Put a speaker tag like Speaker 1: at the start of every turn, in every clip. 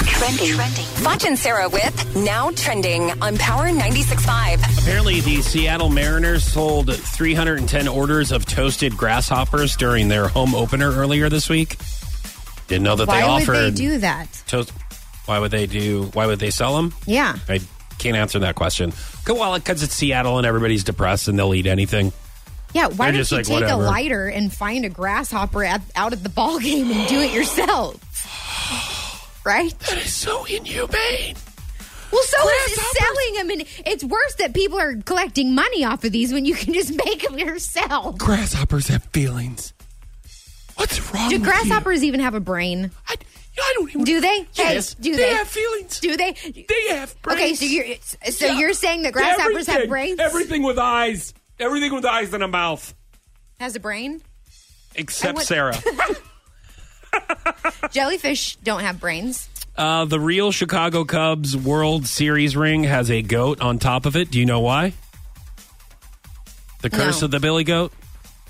Speaker 1: Trending. Foch and Sarah with Now Trending on Power 96.5.
Speaker 2: Apparently, the Seattle Mariners sold 310 orders of toasted grasshoppers during their home opener earlier this week. Didn't know that
Speaker 3: Why
Speaker 2: they
Speaker 3: would
Speaker 2: offered
Speaker 3: they do that?
Speaker 2: toast. Why would they do? Why would they sell them?
Speaker 3: Yeah.
Speaker 2: I can't answer that question. Well, because it's Seattle and everybody's depressed and they'll eat anything.
Speaker 3: Yeah,
Speaker 2: They're
Speaker 3: why don't
Speaker 2: just
Speaker 3: you
Speaker 2: like,
Speaker 3: take
Speaker 2: whatever.
Speaker 3: a lighter and find a grasshopper at, out at the ball game and do it yourself? Right?
Speaker 2: That is so inhumane.
Speaker 3: Well, so is selling them, and it's worse that people are collecting money off of these when you can just make them yourself.
Speaker 2: Grasshoppers have feelings. What's wrong?
Speaker 3: Do
Speaker 2: with
Speaker 3: grasshoppers even have a brain?
Speaker 2: You? I, I don't even.
Speaker 3: Do they?
Speaker 2: Yes,
Speaker 3: Hey, do
Speaker 2: they,
Speaker 3: they?
Speaker 2: have feelings.
Speaker 3: Do they?
Speaker 2: They have brains.
Speaker 3: Okay, so you're so
Speaker 2: Yeah.
Speaker 3: you're saying that grasshoppers have
Speaker 2: Everything.
Speaker 3: brains?
Speaker 2: Everything with eyes. Everything with eyes and a mouth.
Speaker 3: Has a brain?
Speaker 2: Except
Speaker 3: want-
Speaker 2: Sarah.
Speaker 3: Jellyfish don't have brains.
Speaker 2: uh, the real Chicago Cubs World Series ring has a goat on top of it. Do you know why? The curse
Speaker 3: No.
Speaker 2: of the Billy Goat.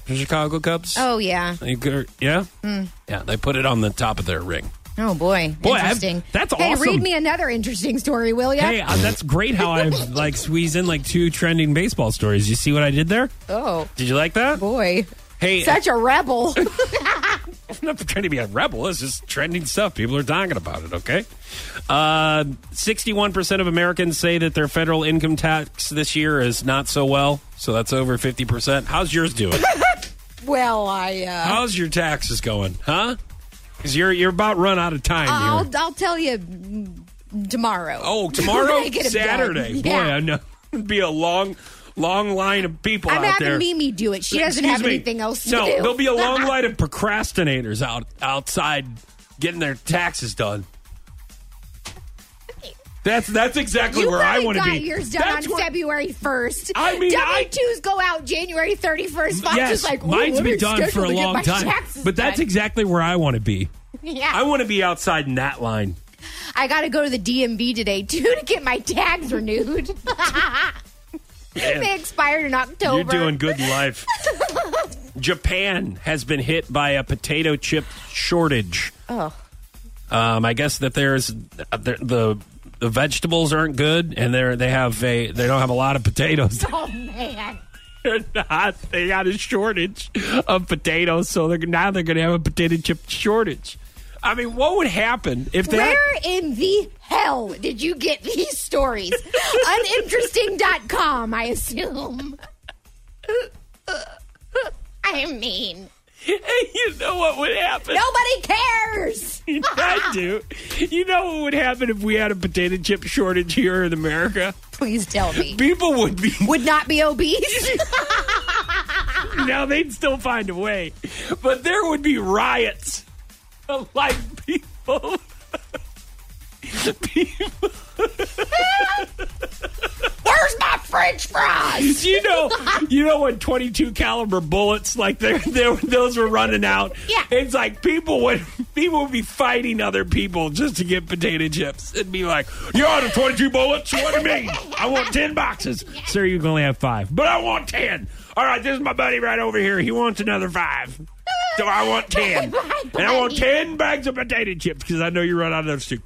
Speaker 2: The Chicago Cubs.
Speaker 3: Oh yeah.
Speaker 2: They cur- Yeah?
Speaker 3: Mm.
Speaker 2: Yeah, they put it on the top of their ring.
Speaker 3: Oh boy.
Speaker 2: Boy, I've-
Speaker 3: interesting.
Speaker 2: that's
Speaker 3: hey,
Speaker 2: awesome.
Speaker 3: read me another interesting story, will you?
Speaker 2: Hey, uh, that's great how I've like squeezed in like two trending baseball stories. You see what I did there?
Speaker 3: Oh
Speaker 2: Did you like that?
Speaker 3: boy.
Speaker 2: Hey,
Speaker 3: Such a rebel.
Speaker 2: I'm not pretending to be a rebel. It's just trending stuff. People are talking about it, okay? Uh, 61% of Americans say that their federal income tax this year is not so well. So that's over 50%. How's yours doing?
Speaker 3: well, I uh,
Speaker 2: How's your taxes going, huh? Because you're, you're about run out of time
Speaker 3: I'll
Speaker 2: here.
Speaker 3: I'll tell you mm, tomorrow.
Speaker 2: Oh, tomorrow?
Speaker 3: I get 'em
Speaker 2: Saturday.
Speaker 3: done. Yeah.
Speaker 2: Boy, I know. It'd be a long, long line of people
Speaker 3: I'm
Speaker 2: out
Speaker 3: having
Speaker 2: there.
Speaker 3: Mimi do it. She doesn't
Speaker 2: Excuse
Speaker 3: have
Speaker 2: me.
Speaker 3: anything else
Speaker 2: no,
Speaker 3: to do.
Speaker 2: there'll be a long line of procrastinators out outside getting their taxes done. That's that's exactly
Speaker 3: You
Speaker 2: where I
Speaker 3: probably
Speaker 2: want to
Speaker 3: got
Speaker 2: be.
Speaker 3: yours done
Speaker 2: That's
Speaker 3: on
Speaker 2: where-
Speaker 3: February 1st.
Speaker 2: I mean, I-
Speaker 3: W-2s go out January 31st. Fox
Speaker 2: yes,
Speaker 3: is like, "Ooh,
Speaker 2: mine's
Speaker 3: let me
Speaker 2: been done
Speaker 3: schedule
Speaker 2: for a
Speaker 3: to get my
Speaker 2: long time.
Speaker 3: taxes
Speaker 2: But that's
Speaker 3: done.
Speaker 2: exactly where I want to be.
Speaker 3: yeah.
Speaker 2: I want to be outside in that line.
Speaker 3: I got to go to the DMV today too to get my tags renewed. they expired in October.
Speaker 2: You're doing good in life. Japan has been hit by a potato chip shortage.
Speaker 3: Oh.
Speaker 2: Um, I guess that there's uh, the, the the vegetables aren't good, and they they have a they don't have a lot of potatoes.
Speaker 3: Oh man.
Speaker 2: they're not. They got a shortage of potatoes, so they're now they're going to have a potato chip shortage. I mean, what would happen if that?
Speaker 3: Where in the hell did you get these stories? Uninteresting.com, I assume. I mean,
Speaker 2: Hey, you know what would happen?
Speaker 3: nobody cares.
Speaker 2: I do. You know what would happen if we had a potato chip shortage here in America?
Speaker 3: Please tell me.
Speaker 2: People would be
Speaker 3: Would not be obese.
Speaker 2: now they'd still find a way, but there would be riots. Like people, people.
Speaker 3: Where's my French fries?
Speaker 2: You know, you know when twenty-two caliber bullets, like they they those were running out.
Speaker 3: Yeah.
Speaker 2: it's like people would people would be fighting other people just to get potato chips. It'd be like, you're out of twenty-two bullets. What do you mean? I want ten boxes, sir. You can only have five, but I want ten. All right, this is my buddy right over here. He wants another five. So I want ten,
Speaker 3: My
Speaker 2: and I want
Speaker 3: buddy.
Speaker 2: ten bags of potato chips because I know you run out of those too.